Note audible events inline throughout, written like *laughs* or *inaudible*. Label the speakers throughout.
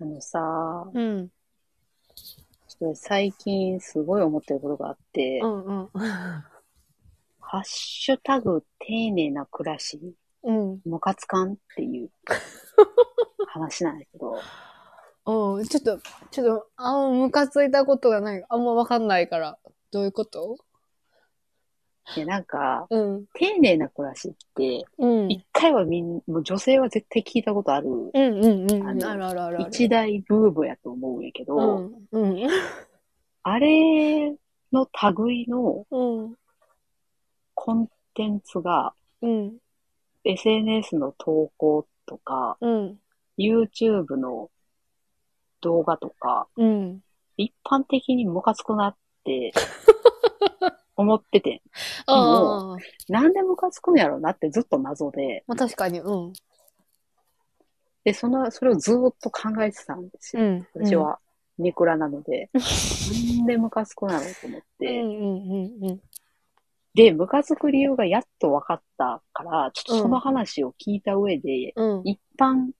Speaker 1: あのさ、
Speaker 2: うん。
Speaker 1: ちょっと最近すごい思ってることがあって、
Speaker 2: うんうん。
Speaker 1: ハッシュタグ丁寧な暮らし、
Speaker 2: うん。
Speaker 1: ムカつかんっていう
Speaker 2: *laughs*
Speaker 1: 話なんだけど、
Speaker 2: おうちょっと、ちょっと、あんまムカついたことがない。あんまわかんないから。どういうこと
Speaker 1: でなんか、
Speaker 2: うん。
Speaker 1: 丁寧な暮らしって、
Speaker 2: うん。
Speaker 1: 一回はみん、もう女性は絶対聞いたことある、
Speaker 2: うんうんう
Speaker 1: あ
Speaker 2: ん。
Speaker 1: の
Speaker 2: あるあるあるある。
Speaker 1: 一大ブームやと思うんやけど、
Speaker 2: うん。うん。
Speaker 1: あれの類の
Speaker 2: うん。
Speaker 1: コンテンツが、
Speaker 2: うん。
Speaker 1: SNS の投稿とか、
Speaker 2: うん。
Speaker 1: YouTube の動画とか、
Speaker 2: うん。
Speaker 1: 一般的にムカつくな
Speaker 2: *laughs*
Speaker 1: って、思ってて。
Speaker 2: ああ。
Speaker 1: なんでムカつくんやろうなってずっと謎で、
Speaker 2: まあ確かに、うん。
Speaker 1: で、その、それをずーっと考えてたんです
Speaker 2: う
Speaker 1: よ。
Speaker 2: ん。
Speaker 1: 私。は、ネクラなので、なんでムカつくなのと思っ
Speaker 2: うんう
Speaker 1: て。
Speaker 2: んうんうん。
Speaker 1: で、ムカつく理由がやっと分かったから、ちょっとその話を聞いた上で、
Speaker 2: うん。
Speaker 1: 一般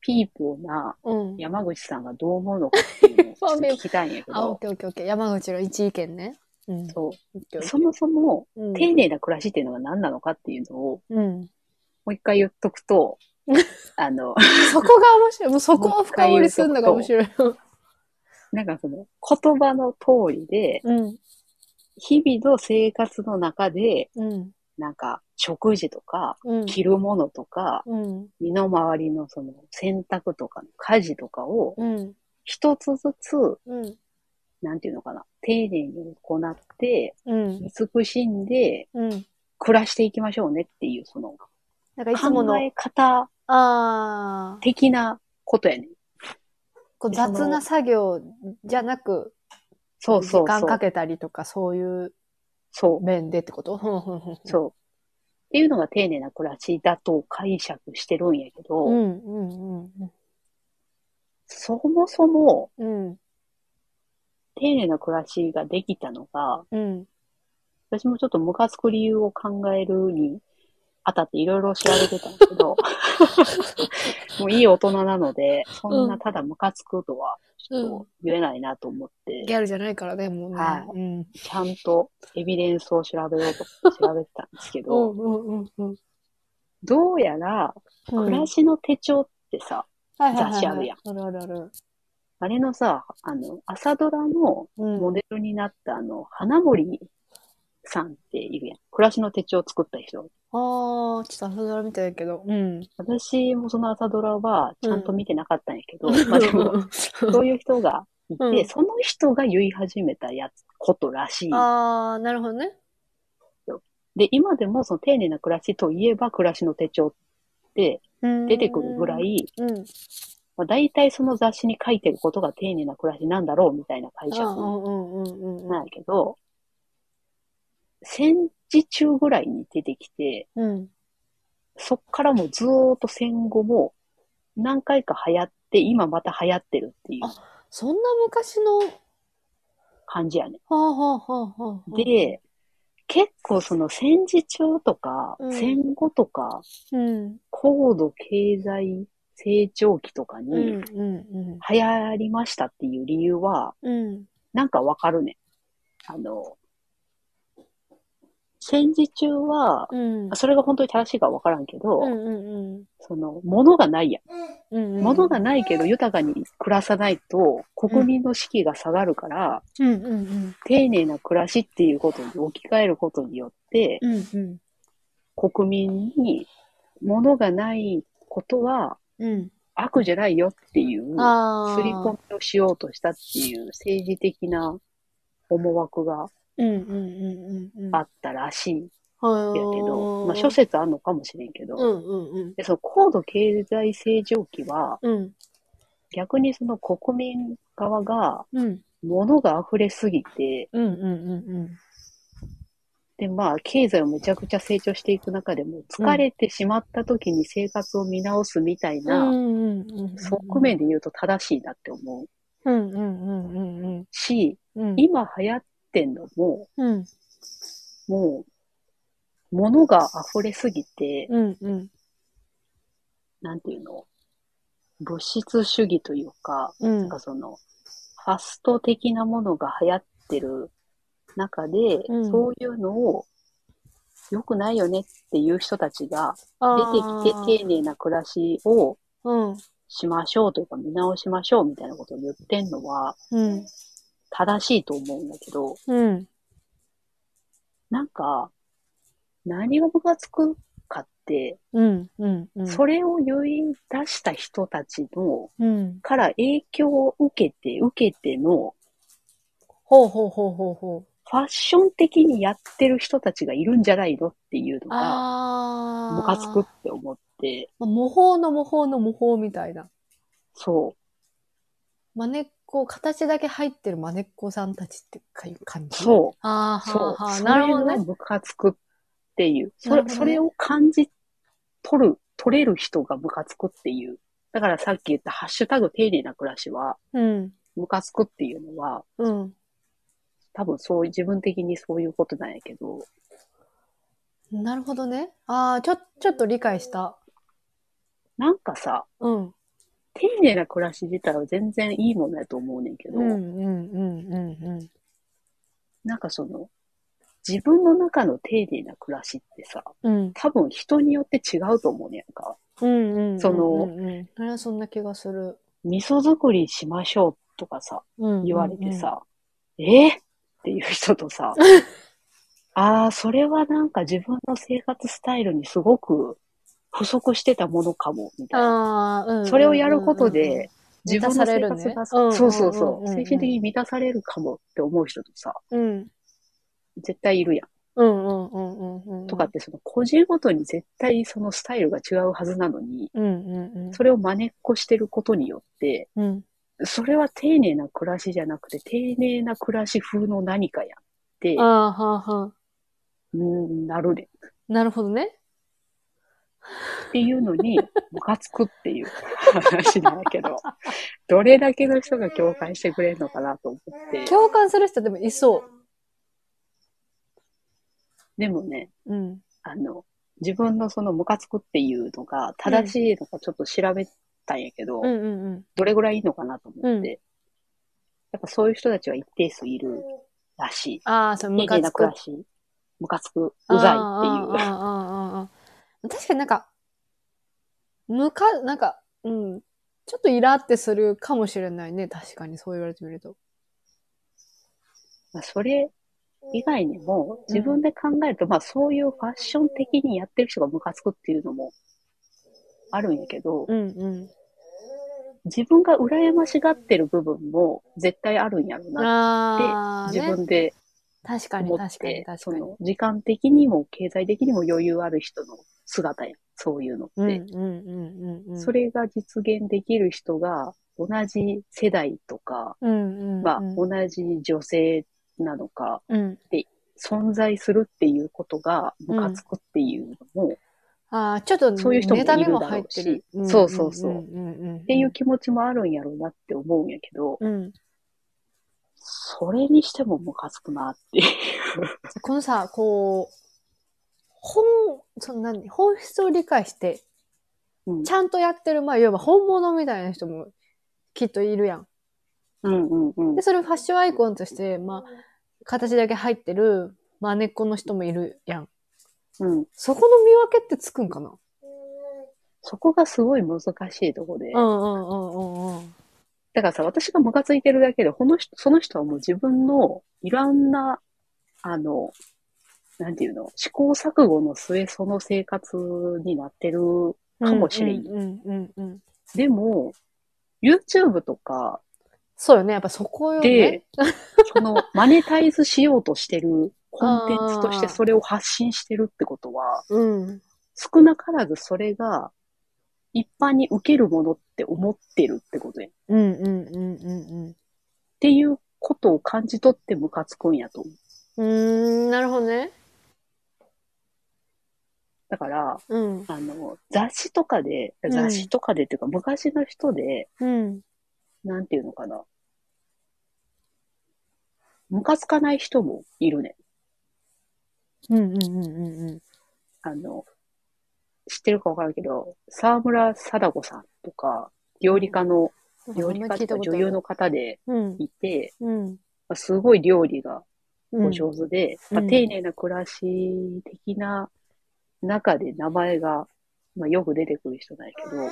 Speaker 1: ピーポーな
Speaker 2: うん。
Speaker 1: 山口さんがどう思うのかって
Speaker 2: *laughs*
Speaker 1: いうのをちょっと聞きたいんやけ
Speaker 2: あ、オッ
Speaker 1: ど、
Speaker 2: ケーオッケーオッケー。山口の一意見ね。うん。
Speaker 1: そ
Speaker 2: オッ
Speaker 1: う。
Speaker 2: ケーオッケ
Speaker 1: そもそも、
Speaker 2: ーうん
Speaker 1: 丁寧な暮らしっていうのが何なのかっていうのを、
Speaker 2: うん。
Speaker 1: もう一回言っとく
Speaker 2: *laughs*
Speaker 1: と、あの、
Speaker 2: そこが面白い。もうそこを深掘りするのが面白い。
Speaker 1: なんかその、言葉の通りで、
Speaker 2: うん。
Speaker 1: 日々の生活の中で、
Speaker 2: うん。
Speaker 1: なんか、食事とか、
Speaker 2: うん。
Speaker 1: 着るものとか、
Speaker 2: うん。
Speaker 1: 身の回りのその、洗濯とかの家事とかを、
Speaker 2: うん。
Speaker 1: 一つずつ、
Speaker 2: うん。
Speaker 1: なんていうのかな、丁寧に行って、
Speaker 2: うん。
Speaker 1: 慈しんで、
Speaker 2: うん。
Speaker 1: 暮らしていきましょうねっていう、その、
Speaker 2: なんかいつもの
Speaker 1: 考、え方
Speaker 2: ああ、
Speaker 1: 的なことやねん。
Speaker 2: こう
Speaker 1: その
Speaker 2: 雑な作業じゃなく、
Speaker 1: そう
Speaker 2: 時
Speaker 1: そう
Speaker 2: 間
Speaker 1: そ
Speaker 2: か
Speaker 1: う。
Speaker 2: けたりとか、そういう
Speaker 1: そう。
Speaker 2: 面でってこと *laughs* ふんふんふんふん
Speaker 1: そう。っていうのが丁寧な暮らしだと解釈してるんやけど、
Speaker 2: うん、うん、うん
Speaker 1: そもそも
Speaker 2: うん。
Speaker 1: 丁寧な暮らしができたのが、
Speaker 2: うん。
Speaker 1: 私もちょっとムカつく理由を考えるにあたっていろいろ調べてたんだけ
Speaker 2: *laughs*
Speaker 1: ど、もういい大人なので、そんなただムカつくとはちょっと言えないなと思って、
Speaker 2: ギャルじゃないからね、もうね。
Speaker 1: はい
Speaker 2: うん。
Speaker 1: ちゃんとエビデンスを調べよう
Speaker 2: *laughs*
Speaker 1: と調べてたんですけ
Speaker 2: う
Speaker 1: ど、
Speaker 2: ん、うん、うん、うん。
Speaker 1: どうやら暮らしの手帳ってさ、雑誌あるやん
Speaker 2: ん。あるあるある。
Speaker 1: あれのさ、あの、朝ドラの
Speaker 2: うん。
Speaker 1: モデルになったあの、花森さんっているやん。暮らしの手帳を作った人。
Speaker 2: ああ、ちょっと朝ドラみたいだけど。うん。
Speaker 1: 私もその朝ドラはちゃんと見てなかったんやけど、まあでも、
Speaker 2: う
Speaker 1: そういう人がいて、
Speaker 2: うん
Speaker 1: その人が言い始めたやつ、ことらしい
Speaker 2: ん。。 *laughs* ああ、なるほどね。
Speaker 1: で、今でもその丁寧な暮らしといえば暮らしの手帳って出
Speaker 2: 出
Speaker 1: てくるぐら。い、
Speaker 2: うん。
Speaker 1: まあ、大体その雑誌に書いてることが丁寧な暮らしなんだろうみたいな解釈
Speaker 2: うんうんうんうん
Speaker 1: なんやけど、戦時中ぐらいに出てきて、
Speaker 2: うん。うん。
Speaker 1: そっからもうずーっと戦後も何回か流行って、今また流行ってるっていう
Speaker 2: そんな昔の、は
Speaker 1: 感じやね。
Speaker 2: あはあはあはあ。、
Speaker 1: で、結構その戦時中とか
Speaker 2: う、ん
Speaker 1: 戦後とか、
Speaker 2: うん。
Speaker 1: 高度経済成長期とか
Speaker 2: うん
Speaker 1: に
Speaker 2: う
Speaker 1: 流
Speaker 2: ん
Speaker 1: 行りましたっていう理由は、
Speaker 2: うん。うん。
Speaker 1: なんかわかるね。あの、戦時中は、
Speaker 2: うん。
Speaker 1: それが本当に正しいかはわからんけど、
Speaker 2: うんうん
Speaker 1: その、物がないやん
Speaker 2: うん。うん。
Speaker 1: 物がないけど豊かに暮らさないと国民の士気が下がるから、
Speaker 2: うんうんうん。
Speaker 1: 丁寧な暮らしっていうことに置き換えることによって、
Speaker 2: うんうん。
Speaker 1: 国民に物がないことは
Speaker 2: うん。
Speaker 1: 悪じゃないよっていう、
Speaker 2: ああ。
Speaker 1: 刷り込みをしようとしたっていう政治的な思惑が
Speaker 2: うんうんうんうんうん。
Speaker 1: あったらしいんや
Speaker 2: は
Speaker 1: けど、まあ諸説あんのかもしれんけど、
Speaker 2: うんうんうん。
Speaker 1: でその高度経済成長期は
Speaker 2: うん。
Speaker 1: 逆にその国民側が
Speaker 2: うん。
Speaker 1: 物が溢れすぎて、
Speaker 2: うんうんうんうん。
Speaker 1: で、まあ、経済をめちゃくちゃ成長していく中でも、疲れてしまった時に生活を見直すみたいな側。面で言うと正しいなって思う
Speaker 2: うんうんうんうんうん。
Speaker 1: し、
Speaker 2: うん。
Speaker 1: 今流行ってんのも、
Speaker 2: うん
Speaker 1: もう、物が溢れすぎて、
Speaker 2: うんうん。
Speaker 1: なんていうの物質主義というか、
Speaker 2: うん
Speaker 1: なんかその、ファスト的なものが流行ってる中で、
Speaker 2: うん
Speaker 1: そういうのを良くないよねっていう人たちが出てきて丁寧な暮らしを
Speaker 2: うん。
Speaker 1: しましょうというか見直しましょうみたいなことを言ってんのは
Speaker 2: うん。
Speaker 1: 正しいと思うんだけど、
Speaker 2: うん。
Speaker 1: なんか、何がムカつくかって、
Speaker 2: うん。うん。うん。
Speaker 1: それを言い出した人たちの、
Speaker 2: うん。
Speaker 1: から影響を受けて、受けての、
Speaker 2: ほうほうほうほうほう。
Speaker 1: ファッション的にやってる人たちがいるんじゃないのっていうのが、
Speaker 2: あー。
Speaker 1: ムカつくっ。て思って、
Speaker 2: まあ、模倣の模倣の模倣みたいな。
Speaker 1: そ
Speaker 2: まねっこ、形だけ入ってるまねっこさんたちっていう感
Speaker 1: う、
Speaker 2: じ。う。
Speaker 1: そう、
Speaker 2: あー
Speaker 1: そ
Speaker 2: は
Speaker 1: う
Speaker 2: ー、はー。
Speaker 1: そ
Speaker 2: な
Speaker 1: れ
Speaker 2: るほど
Speaker 1: が
Speaker 2: ね。
Speaker 1: ムカつくっていう、そ
Speaker 2: なるほ
Speaker 1: れ
Speaker 2: どね
Speaker 1: それを感じ取る、取れる人がムカつくっていう。だからさっき言ったハッシュタグ丁寧な暮らしは、
Speaker 2: うん。
Speaker 1: ムカつくっていうのは、
Speaker 2: うん。
Speaker 1: 多分そう、自分的にそういうことなんやけど、
Speaker 2: なるほどね。あー、ちょ、ちょっと理解した。
Speaker 1: なんかさ、
Speaker 2: うん。
Speaker 1: 丁寧な暮らし自体は全然いいものやと思うねんけど、
Speaker 2: うん。うん。うん。うん。
Speaker 1: なんかその、自分の中の丁寧な暮らしってさ、
Speaker 2: うん。
Speaker 1: 多分人によって違うと思うねんか。
Speaker 2: うんうんうん
Speaker 1: その
Speaker 2: うんうん、それはそんな気がする。
Speaker 1: 味噌作りしましょうとかさ、
Speaker 2: うん
Speaker 1: 言われて、さ、えーっていう人と
Speaker 2: *laughs*
Speaker 1: さ、ああ、それはなんか自分の生活スタイルにすごく不足してたものかも、みたいな。
Speaker 2: ああ、うんうんうんうん
Speaker 1: それをやることで、、自
Speaker 2: 満
Speaker 1: 分
Speaker 2: た
Speaker 1: の
Speaker 2: され
Speaker 1: 生
Speaker 2: るね
Speaker 1: 活が、
Speaker 2: うん
Speaker 1: そうそうそ
Speaker 2: うんうんうんう
Speaker 1: う、
Speaker 2: ん
Speaker 1: 精神的に満たされるかもって思う人とさ、
Speaker 2: うん、
Speaker 1: 絶対いるやん。
Speaker 2: うんうんうんうんうん。
Speaker 1: とかっ、て、その個人ごとに絶対そのスタイルが違うはずなのに、
Speaker 2: うんうんうん。
Speaker 1: それを真似っこしてることによって、
Speaker 2: うん、
Speaker 1: それは丁寧な暮らしじゃなくて、丁寧な暮らし風の何かやって
Speaker 2: あ、あ、はあ、はあ。
Speaker 1: うん、なるね。
Speaker 2: なるほどね。
Speaker 1: っていうのに、 *laughs* ムカつくっていう話なんだけど、どれだけの人が共感してくれるのかなと思って、
Speaker 2: 共感する人でもいそ
Speaker 1: でもね、
Speaker 2: う。うん。
Speaker 1: あの、自分のそのムカつくっていうのが正しいのかちょっと調べたんやけど、
Speaker 2: うんうん
Speaker 1: どれぐらいいいのかなと思って、
Speaker 2: うん
Speaker 1: やっぱそういう人たちは一定数いるらしい。
Speaker 2: うん。ああ、そう、
Speaker 1: 丁
Speaker 2: ム
Speaker 1: 寧
Speaker 2: カ
Speaker 1: な
Speaker 2: つ
Speaker 1: 暮
Speaker 2: く
Speaker 1: ら。し、ムカつく、うざいっていう。
Speaker 2: いう。確かになんか、むか、なんか、うん。ちょっとイラってするかもしれないね。確かに、そう言われてみると。
Speaker 1: まあそれ以外にも、自分で考えると、まあそういうファッション的にやってる人がムカつくっていうのもあるんやけど、
Speaker 2: うんうん。
Speaker 1: 自分が羨ましがってる部分も絶対あるんやろうな
Speaker 2: あ
Speaker 1: っ
Speaker 2: あ、
Speaker 1: て、自
Speaker 2: ね。
Speaker 1: 分で
Speaker 2: 確かに
Speaker 1: 思っ
Speaker 2: 確かに
Speaker 1: て、
Speaker 2: 確
Speaker 1: そ
Speaker 2: かに。
Speaker 1: の時間的にも経済的にも余裕ある人の姿や、そういうのって。
Speaker 2: うんうんうんうんうん。
Speaker 1: それが実現できる人が同じ世代とか、
Speaker 2: うんうんうん、
Speaker 1: まあ、同じ女性なのか、
Speaker 2: うん。
Speaker 1: 存在するっていうことがムカつくっていうのも、っ
Speaker 2: ああ、ちょっと、
Speaker 1: そういう人もいるだろうし
Speaker 2: 妬みも入ってる。ん
Speaker 1: そうそうそう
Speaker 2: うんうんうんうん。って
Speaker 1: いう気持ちもあるんやろうなって思うんやけど、
Speaker 2: うん。
Speaker 1: それにしてもムカつくなって。
Speaker 2: このさ、こう、本、その何、本質を理解して、
Speaker 1: うん
Speaker 2: ちゃんとやってる、まあ、いわば本物みたいな人もきっといるやん。
Speaker 1: うんうんうん
Speaker 2: で、。それをファッションアイコンとして、まあ、形だけ入ってる、まあ、根っこの人もいるやん。
Speaker 1: うん、
Speaker 2: そこの見分けってつくんかな
Speaker 1: そこがすごい難しいとこで。
Speaker 2: うんうんうんうんうん。
Speaker 1: だからさ、私がムカついてるだけで、この人、その人はもう自分のいろんな、あの、なんていうの、試行錯誤の末その生活になってる。かもしれん
Speaker 2: うんうんうんうん。
Speaker 1: でも、YouTube とか
Speaker 2: そうよね。やっぱそこよね *laughs*
Speaker 1: で。、その、マネタイズしようとしてるコンテンツとして
Speaker 2: あー
Speaker 1: それを発信してるってことは、
Speaker 2: うん。
Speaker 1: 少なからずそれが一般に受けるものって思ってるってことや。っ
Speaker 2: うんうんうんうん
Speaker 1: ていうことを感じ取ってムカつくんやと思う。
Speaker 2: うん。うーん、なるほどね。
Speaker 1: だから、
Speaker 2: うん。
Speaker 1: あの、雑誌とかで、
Speaker 2: ん
Speaker 1: 雑誌とかでっていうか、昔の人で、
Speaker 2: うん。
Speaker 1: なんていうのかな。ムカつかない人もいるね。
Speaker 2: うんうんうんうんうん。
Speaker 1: あの、知ってるかわからんけど、沢村貞子さんとか、料理家の、
Speaker 2: なんか
Speaker 1: 料
Speaker 2: あん
Speaker 1: 理
Speaker 2: ま
Speaker 1: 家
Speaker 2: 聞い
Speaker 1: と
Speaker 2: た
Speaker 1: か
Speaker 2: こと
Speaker 1: 女
Speaker 2: あ
Speaker 1: 優
Speaker 2: る。
Speaker 1: の方で
Speaker 2: うん。
Speaker 1: いて、
Speaker 2: うん。
Speaker 1: まあすごい料理が
Speaker 2: う
Speaker 1: お
Speaker 2: ん。
Speaker 1: 上手で、
Speaker 2: うん
Speaker 1: まあ
Speaker 2: うん
Speaker 1: 丁寧な暮らし的な中で名前が、まあ、よく出てくる人なんやけど、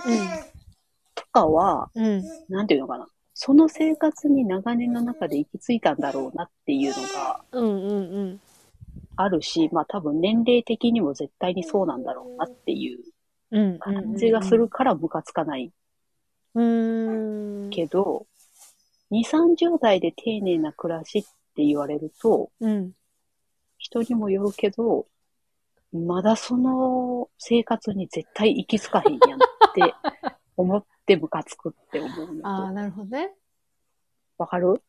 Speaker 1: とかは、
Speaker 2: うん。
Speaker 1: なんていうのかな。その生活に長年の中で行き着いたんだろうなっていうのが
Speaker 2: うん。うん。うん。
Speaker 1: あるし、まあ多分年齢的にも絶対にそうなんだろうなっていう
Speaker 2: うん。
Speaker 1: 感じがする。からムカつかない
Speaker 2: うん。
Speaker 1: けど、2、30代で丁寧な暮らしって言われると、
Speaker 2: うん。
Speaker 1: 人にもよるけど、まだその生活に絶対行き着かへんやん
Speaker 2: *laughs*
Speaker 1: って思ってムカつくって思う
Speaker 2: ああ、
Speaker 1: の。
Speaker 2: なるほどね。
Speaker 1: わかる
Speaker 2: う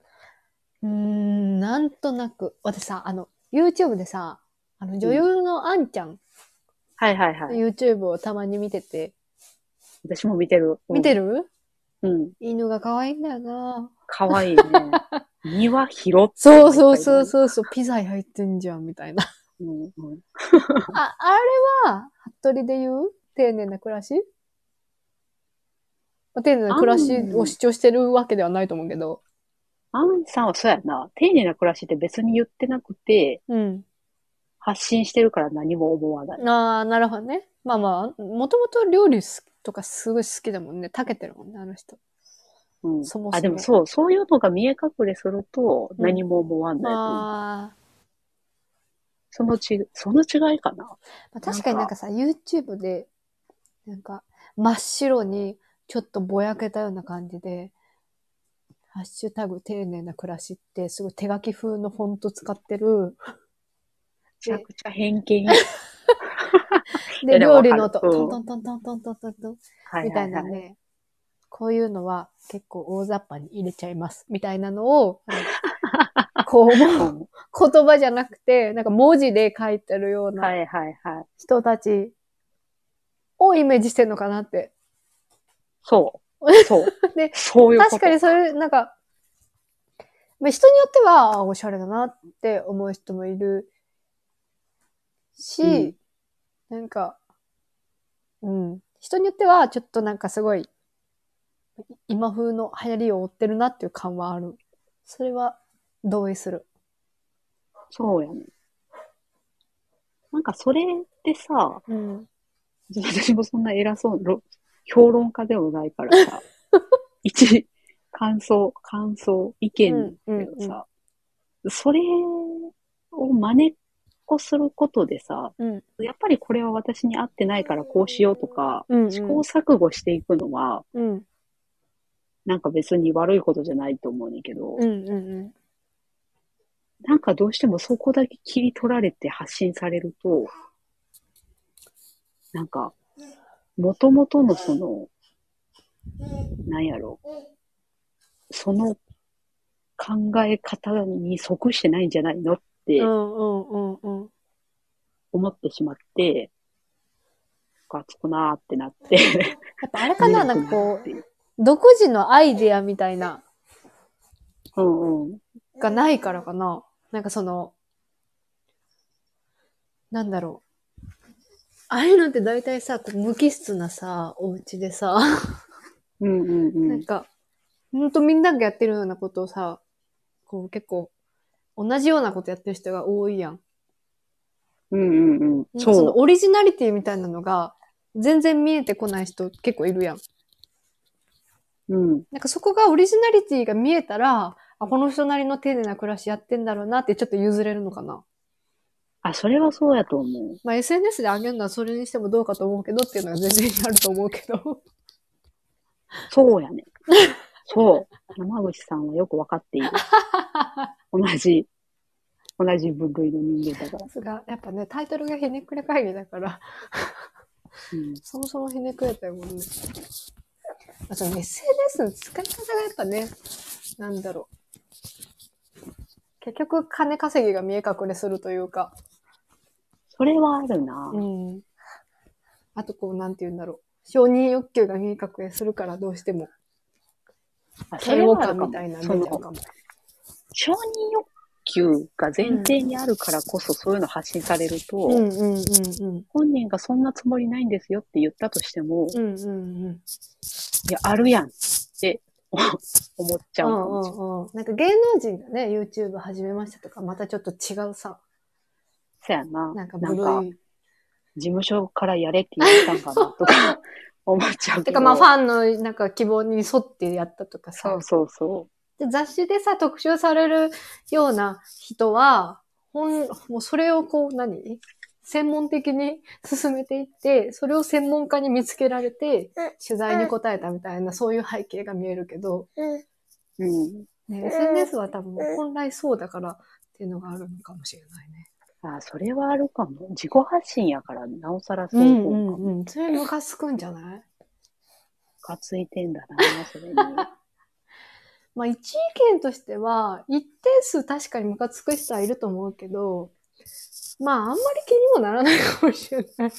Speaker 2: ーん、なんとなく。私さ、あの、YouTube でさ、あの、女優のあんちゃん
Speaker 1: はいはい
Speaker 2: の
Speaker 1: はい。
Speaker 2: YouTube をたまに見てて。
Speaker 1: 私も見てる。
Speaker 2: 見て
Speaker 1: る。
Speaker 2: る
Speaker 1: うん。
Speaker 2: 犬が可愛いんだよな。
Speaker 1: かわい
Speaker 2: *laughs*
Speaker 1: いね。庭広って
Speaker 2: そうそうそうそうそう、ピザ焼いてんじゃん、みたいな。 *laughs*
Speaker 1: うんうん。
Speaker 2: あ、あれは、服部で言う丁寧な暮らし丁寧な暮らしを主張してるわけではないと思うけど。
Speaker 1: アンさんはそうやな。丁寧な暮らしって別に言ってなくて、
Speaker 2: うん。
Speaker 1: 発信してるから何も思わない。
Speaker 2: ああ、なるほどね。まあまあ、もともと料理すとかすごい好きだもんね。長けてるもんね、あの人。
Speaker 1: うん。
Speaker 2: そもそも
Speaker 1: あ、でもそう、そういうのが見え隠れすると
Speaker 2: うん
Speaker 1: 何も思わない。
Speaker 2: まあ、
Speaker 1: そのち、その違いかな。
Speaker 2: まあ確かになんかさ、YouTube で、なんか、真っ白に、ちょっとぼやけたような感じで、ハッシュタグ丁寧な暮らしって、すごい手書き風のフォント使って
Speaker 1: *laughs*
Speaker 2: る。
Speaker 1: めちゃくちゃ偏見。
Speaker 2: で、
Speaker 1: えでもわか
Speaker 2: 料理
Speaker 1: る
Speaker 2: の音、
Speaker 1: う
Speaker 2: ト
Speaker 1: ん
Speaker 2: ントントントントントントントン、
Speaker 1: は
Speaker 2: みたいな
Speaker 1: はは
Speaker 2: ね。こういうのは結構大雑把に入れちゃいます。みたいなの
Speaker 1: *laughs*
Speaker 2: を、あのこう思う
Speaker 1: うん
Speaker 2: 言葉じゃなくて、なんか文字で書いてるよう
Speaker 1: は
Speaker 2: ない
Speaker 1: はいはい。
Speaker 2: 人たちをイメージしてるのかなって。
Speaker 1: そう。
Speaker 2: *laughs*
Speaker 1: そう。
Speaker 2: で
Speaker 1: そういうこと。
Speaker 2: 確かにそういう、なんか、まあ、人によっては、あおしゃれだなって思う人もいるし、なんか、うん。人によっては、ちょっとなんかすごい、今風の流行りを追ってるなっていう感はある。それは同意する。
Speaker 1: そうやね。なんかそれってさ、
Speaker 2: うん。
Speaker 1: 私もそんな偉そうな、ろ評論家でもないから
Speaker 2: *laughs*
Speaker 1: さ、一、感想、感想、意見だけど
Speaker 2: うんう
Speaker 1: さ、それを真似っこすることでさ、
Speaker 2: うん。
Speaker 1: やっぱりこれは私に合ってないからこうしようとか、
Speaker 2: うん、
Speaker 1: 試行錯誤していくのは、
Speaker 2: うん。
Speaker 1: なんか別に悪いことじゃないと思うねんけど、
Speaker 2: うん。うん。
Speaker 1: なんかどうしてもそこだけ切り取られて発信されると、なんか、元々のその、なんやろ、その考え方に即してないんじゃないのって
Speaker 2: うん。うん。うん。うん。
Speaker 1: 思ってしまって、ムカつくなーってなって。
Speaker 2: やっぱあれかな、
Speaker 1: うん
Speaker 2: なんかこう、独自のアイデアみたいな、
Speaker 1: *laughs* うんうん。
Speaker 2: がないからかな。なんかその、なんだろう。ああいうのって大体さ、こう無機質なさ、お家でさ、
Speaker 1: うんうんう
Speaker 2: なん
Speaker 1: ん。
Speaker 2: か、ほんとみんながやってるようなことをさ、こう結構、同じようなことやってる人が多いやん。
Speaker 1: うんうんうん。
Speaker 2: なんかその
Speaker 1: そ
Speaker 2: オリジナリティみたいなのが、全然見えてこない人結構いるやん。
Speaker 1: う。うん。
Speaker 2: なんかそこがオリジナリティが見えたら、あ、この人なりの丁寧な暮らしやってんだろうなってちょっと譲れるのかな。
Speaker 1: あ、それはそうやと思う。
Speaker 2: まあ SNS で上げるのはそれにしてもどうかと思うけどっていうのが全然あると思うけど。 *laughs*
Speaker 1: そうやね。そう。山口さんはよくわかってい
Speaker 2: *laughs*
Speaker 1: る。同じ、同じ分類の人間だから
Speaker 2: さ。すが、やっぱね、タイトルがひねくれ会議だから、
Speaker 1: うん、
Speaker 2: そもそもひねくれたもんね。あとね SNS の使い方がやっぱね、なんだろう。結局金稼ぎが見え隠れするというか。
Speaker 1: それはあるな。
Speaker 2: うん。あとこう、なんて言うんだろう。承認欲求が見え隠れするからどうしても。
Speaker 1: あそ
Speaker 2: 嫌
Speaker 1: れ
Speaker 2: 悪
Speaker 1: はある
Speaker 2: 感
Speaker 1: かも
Speaker 2: みたいなの
Speaker 1: そ
Speaker 2: 出ちゃう
Speaker 1: の
Speaker 2: かも。
Speaker 1: 承認欲求が前提にあるからこそそういうの発信されると、
Speaker 2: うんうんうんうん。
Speaker 1: 本人がそんなつもりないんですよって言ったとしても、い
Speaker 2: うんうんうん。
Speaker 1: や、あるやんって *laughs* お思っちゃうかもしれない。
Speaker 2: うんうんうん。なんか芸能人がね、YouTube 始めましたとか、またちょっと違うさ、
Speaker 1: そやな。
Speaker 2: な
Speaker 1: なんん
Speaker 2: か
Speaker 1: か、
Speaker 2: ブルー。
Speaker 1: 事務所からやれって言われたんかなと
Speaker 2: *laughs*
Speaker 1: か思っちゃうけど。
Speaker 2: てかまあファンのなんか希望に沿ってやったとかさ。
Speaker 1: そうそうそ
Speaker 2: で雑誌でさ、特集されるような人は、ほん、もうそれをこう、何専門的に進めていって、それを専門家に見つけられて、取材に答えたみたいな、そういう背景が見えるけど、
Speaker 1: う。うん。
Speaker 2: ね、SNS は多分本来そうだからっていうのがあるのかもしれないね。
Speaker 1: あそれはあるかも。自己発信やから、なおさらそうう思うかも。
Speaker 2: んうんうん。それムカつくんじゃない
Speaker 1: かついてんだな、それに。
Speaker 2: *laughs* まあ、一意見としては、一定数確かにムカつく人はいると思うけど、まあ、あんまり気にもならないかもしれない。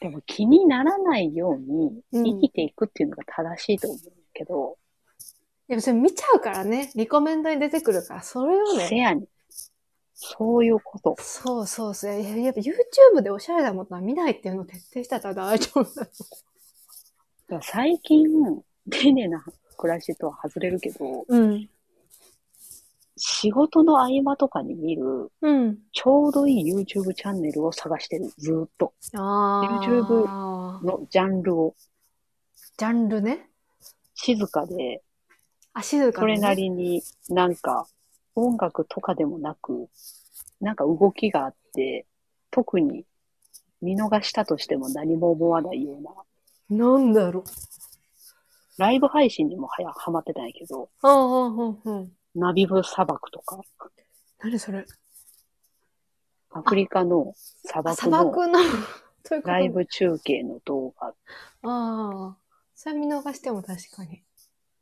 Speaker 1: でも気にならないよう
Speaker 2: うん
Speaker 1: に生きていくっていうのが正しいと思うけど、
Speaker 2: でもそれ見ちゃうからね、リコメンドに出てくるから、それを
Speaker 1: せ
Speaker 2: ね、
Speaker 1: やに。そういうこと。
Speaker 2: そうそうそう。いややっぱ YouTube でおしゃれなものは見ないっていうのを徹底したら大丈夫だ。
Speaker 1: だから最近、丁寧な暮らしとは外れるけど、
Speaker 2: うん。
Speaker 1: 仕事の合間とかに見る、
Speaker 2: うん。
Speaker 1: ちょうどいい YouTube チャンネルを探してる。ずーっと。
Speaker 2: ああ。
Speaker 1: YouTube のジャンルを。
Speaker 2: ジャンルね。
Speaker 1: 静かで、
Speaker 2: あ、静か
Speaker 1: そ
Speaker 2: な
Speaker 1: れなりになんか音楽とかでもなく、なんか動きがあって、特に見逃したとしても何も思わないような、
Speaker 2: なんだろう。
Speaker 1: ライブ配信にもはやハマってたんやけど、
Speaker 2: ああ、ああ、ああ。
Speaker 1: ナビブ砂漠とか、
Speaker 2: 何それ。
Speaker 1: アフリカの砂
Speaker 2: あ
Speaker 1: 漠
Speaker 2: 砂
Speaker 1: の
Speaker 2: 漠の、 *laughs* そういうこと
Speaker 1: ライブ中継の動画、
Speaker 2: ああ。それ見逃しても確かに。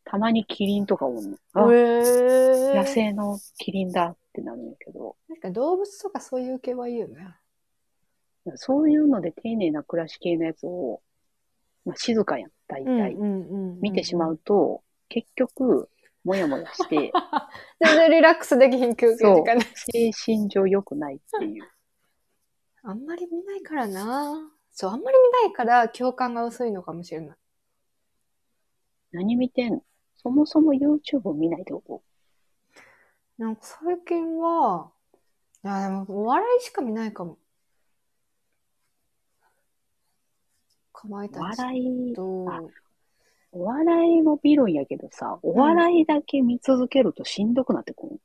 Speaker 1: たまにキリンとかおんの。あ、
Speaker 2: え
Speaker 1: 野生のキリンだってなるんやけど、
Speaker 2: なんか動物とかそういう系はいいよね。
Speaker 1: そういうので丁寧な暮らし系のやつを、まあ、静かやん、大体。
Speaker 2: ん
Speaker 1: 見てしまう。と、結局、もやもや *laughs* して、
Speaker 2: 全然リラックスできひん休憩時間ね。
Speaker 1: 精神上良くないっていう。
Speaker 2: あんまり見ないからな。そう、あんまり見ないから共感が薄いのかもしれない。
Speaker 1: 何見てんのそもそも YouTube を見ないってこ
Speaker 2: なんか最近は、いやでもお笑いしか見ないかも。かまい
Speaker 1: とお
Speaker 2: たち
Speaker 1: 笑い、
Speaker 2: と、
Speaker 1: あお笑いも見るんやけどさ、お笑いだけ見続けるとしんどくなってくる。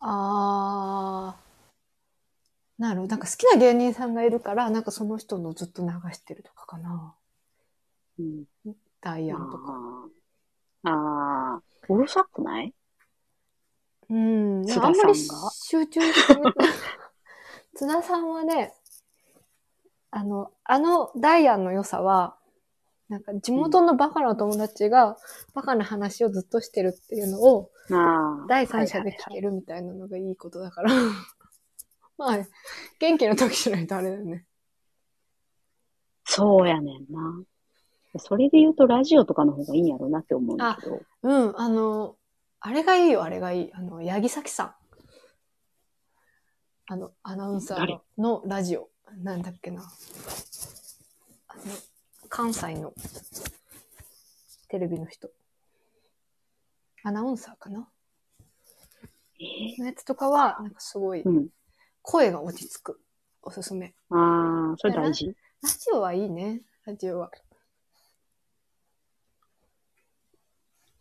Speaker 2: あー、なるほど。なんか好きな芸人さんがいるから、なんかその人のずっと流してるとかかな。
Speaker 1: うん。
Speaker 2: ダイ
Speaker 1: い
Speaker 2: アンとか。
Speaker 1: あーあー、うるさくない
Speaker 2: うん。
Speaker 1: 津田
Speaker 2: あんまり
Speaker 1: さんが
Speaker 2: 集中してみ津田さんはね、あの、あのダイアンの良さは、なんか地元のバカな友達がバカな話をずっとしてるっていうのを
Speaker 1: ああ。
Speaker 2: 第三者で
Speaker 1: はいはいは
Speaker 2: 聞
Speaker 1: い
Speaker 2: けるみたいなのがいいことだから。 *laughs* まあ、元気な時しないとあれだよね。
Speaker 1: そうやねんな。それで言うとラジオとかの方がいいんやろうなって思うんだけど。
Speaker 2: うん、あの、あれがいいよ、あれがいい。あの、八木咲さん。あの、アナウンサーののラジオ。なんだっけな。あの、関西のテレビの人。アナウンサーかな
Speaker 1: え
Speaker 2: のやつとかは、なんかすごい
Speaker 1: ー、、うん。
Speaker 2: 声が落ち着く。おすすめ。
Speaker 1: ああ、それ大事。
Speaker 2: ラジオはいいね、ラジオは。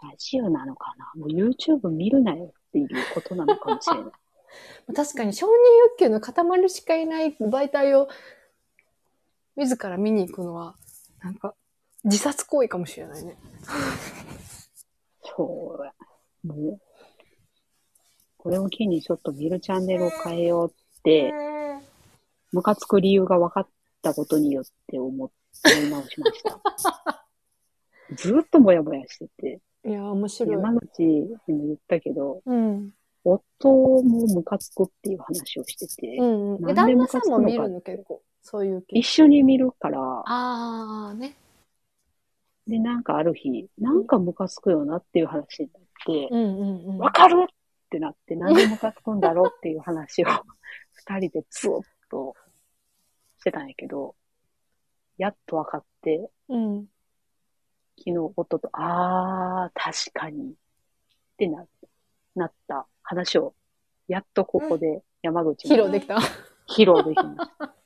Speaker 1: ラジオなのかなもう YouTube 見るなよっていうことなのかもしれ
Speaker 2: *laughs*
Speaker 1: ない。
Speaker 2: 確かに承認欲求の塊しかいない媒体を自ら見に行くのは、なんか、自殺行為かもしれないね。
Speaker 1: そうや。もう、これを機にちょっと見るチャンネルを変えようって、ムカつく理由が分かったことによって思って直しました。
Speaker 2: *laughs*
Speaker 1: ずっともやもやしてて、
Speaker 2: いや、面白い。
Speaker 1: 山口にも言ったけど、
Speaker 2: うん。
Speaker 1: 夫もムカつくっていう話をしてて、
Speaker 2: うん、うん。え
Speaker 1: なんで
Speaker 2: 旦那
Speaker 1: ム
Speaker 2: さ
Speaker 1: カ
Speaker 2: ん
Speaker 1: つくの
Speaker 2: も
Speaker 1: か
Speaker 2: 見るの結構、そういう系
Speaker 1: 一。緒に見るから、
Speaker 2: ああ、ね。
Speaker 1: で、なんかある日、なんかムカつくよなっていう話になって、
Speaker 2: うんうんうん。
Speaker 1: わかるっってなって、なんでムカつくんだろうっていう話を二人でずっとしてたんやけど、やっと分かって、
Speaker 2: うん。
Speaker 1: 昨日夫と、あー、確かに、ってな、なった話を、やっとここで山口
Speaker 2: 披
Speaker 1: に
Speaker 2: 露できた。
Speaker 1: 披露できました。
Speaker 2: *laughs*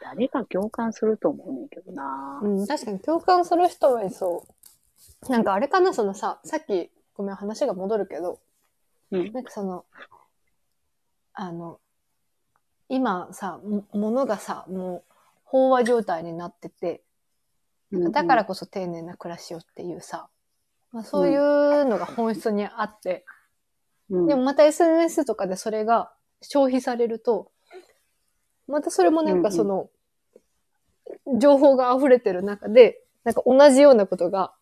Speaker 1: 誰か共感すると思うねんけどな、
Speaker 2: うん、確かに共感する人はいそう。なんかあれかな、そのさ、さっき、ごめん、話が戻るけど、
Speaker 1: うん
Speaker 2: なんかその、あの、今さ、も物がさ、もう、飽和状態になってて、
Speaker 1: うん
Speaker 2: だから、こそ丁寧な暮らしをっていうさ、まあ、そういうのが本質にあって、
Speaker 1: うん
Speaker 2: でもまた SNS とかでそれが消費されると、またそれもなんかその、情報が溢れてる中で、なんか同じようなことが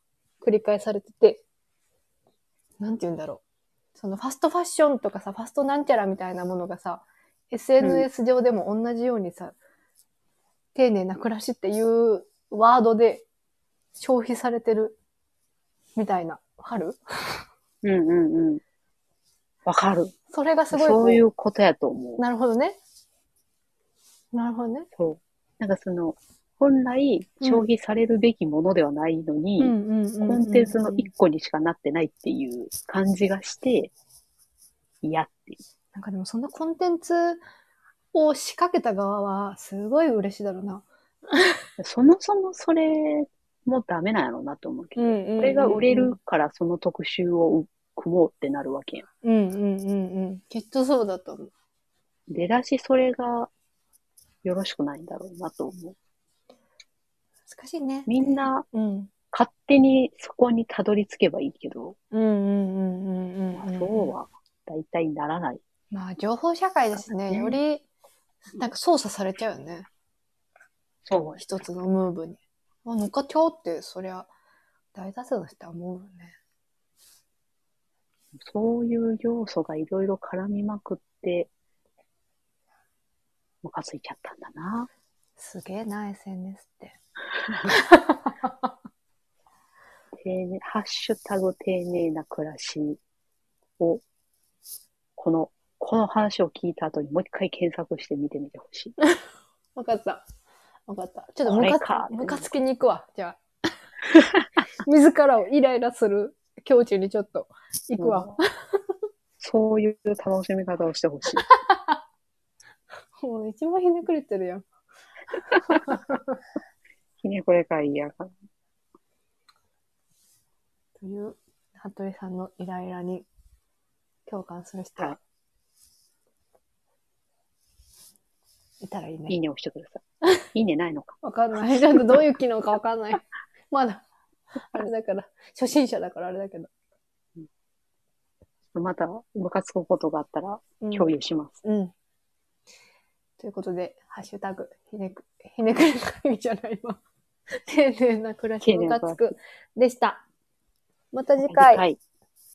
Speaker 2: 繰り返されてて、なんて言うんだろう。そのファストファッションとかさ、ファストなんちゃらみたいなものがさ、SNS 上でも同じようにさ、丁寧な暮らしっていうワードで消費されてるみたいな、わかる
Speaker 1: うんうんうん。わかる。
Speaker 2: それがすごいこう。
Speaker 1: そういうことやと思う。
Speaker 2: なるほどね。なるほどね。
Speaker 1: そう。なんかその、本来、消費されるべきものではないのに、
Speaker 2: んう
Speaker 1: コンテンツの一個にしかなってないっていう感じがして、嫌っていう。
Speaker 2: なんかでもそのコンテンツを仕掛けた側はすごい嬉しいだろうな。
Speaker 1: そもそもそれもダメなんやろうなと思うけど、
Speaker 2: ん
Speaker 1: それが売れる。からその特集を組もうってなるわけやん。
Speaker 2: うんうんうんうん。きっとそうだと思う。
Speaker 1: 出だしそれがよろしくないんだろうなと思う。
Speaker 2: 難しいね。
Speaker 1: みんな
Speaker 2: うん。
Speaker 1: 勝手にそこにたどり着けばいいけど、
Speaker 2: うんうんうんうん
Speaker 1: ま
Speaker 2: う
Speaker 1: あ
Speaker 2: ん。
Speaker 1: そうは大体ならない。
Speaker 2: まあ情報社会ですね。より、なんか操作されちゃうよね。
Speaker 1: そう
Speaker 2: 一つのムーブに。あ、乗っかっちゃおうって、そりゃ、大多数の人は思うよね。
Speaker 1: そういう要素がいろいろ絡みまくって、ムカついちゃったんだな。
Speaker 2: すげえな、SNS って。
Speaker 1: 丁寧、ハッシュタグ丁寧な暮らしを、この、この話を聞いた後にもう一回検索して見てみてほしい。
Speaker 2: わかった。わかった。ちょっとム
Speaker 1: これか
Speaker 2: カつムカつきに行くわ、じゃあ。 *laughs* 自らをイライラする境地にちょっと *laughs* 行くわ。
Speaker 1: うんそういう楽しみ方をしてほ
Speaker 2: *laughs*
Speaker 1: しい。
Speaker 2: もう一番ひねくれてるやん。
Speaker 1: ひねこれから嫌がる。
Speaker 2: という、服部さんのイライラに共感する人
Speaker 1: は
Speaker 2: がいたらいい
Speaker 1: いい
Speaker 2: ね。
Speaker 1: ね押してください。いいねないのか。
Speaker 2: わかんない。ちょっとどういう機能かわかんない。まだ、あれだから、初心者だからあれだけど。
Speaker 1: また、ムカつくことがあったら
Speaker 2: うん
Speaker 1: 共有します。
Speaker 2: うん。ということで、ハッシュタグ、ひねく、ひねくれ会議じゃない *laughs* わ。丁寧な暮らし
Speaker 1: 丁寧
Speaker 2: ム
Speaker 1: な
Speaker 2: カ
Speaker 1: 暮らし
Speaker 2: つくでした。また次回、
Speaker 1: はい。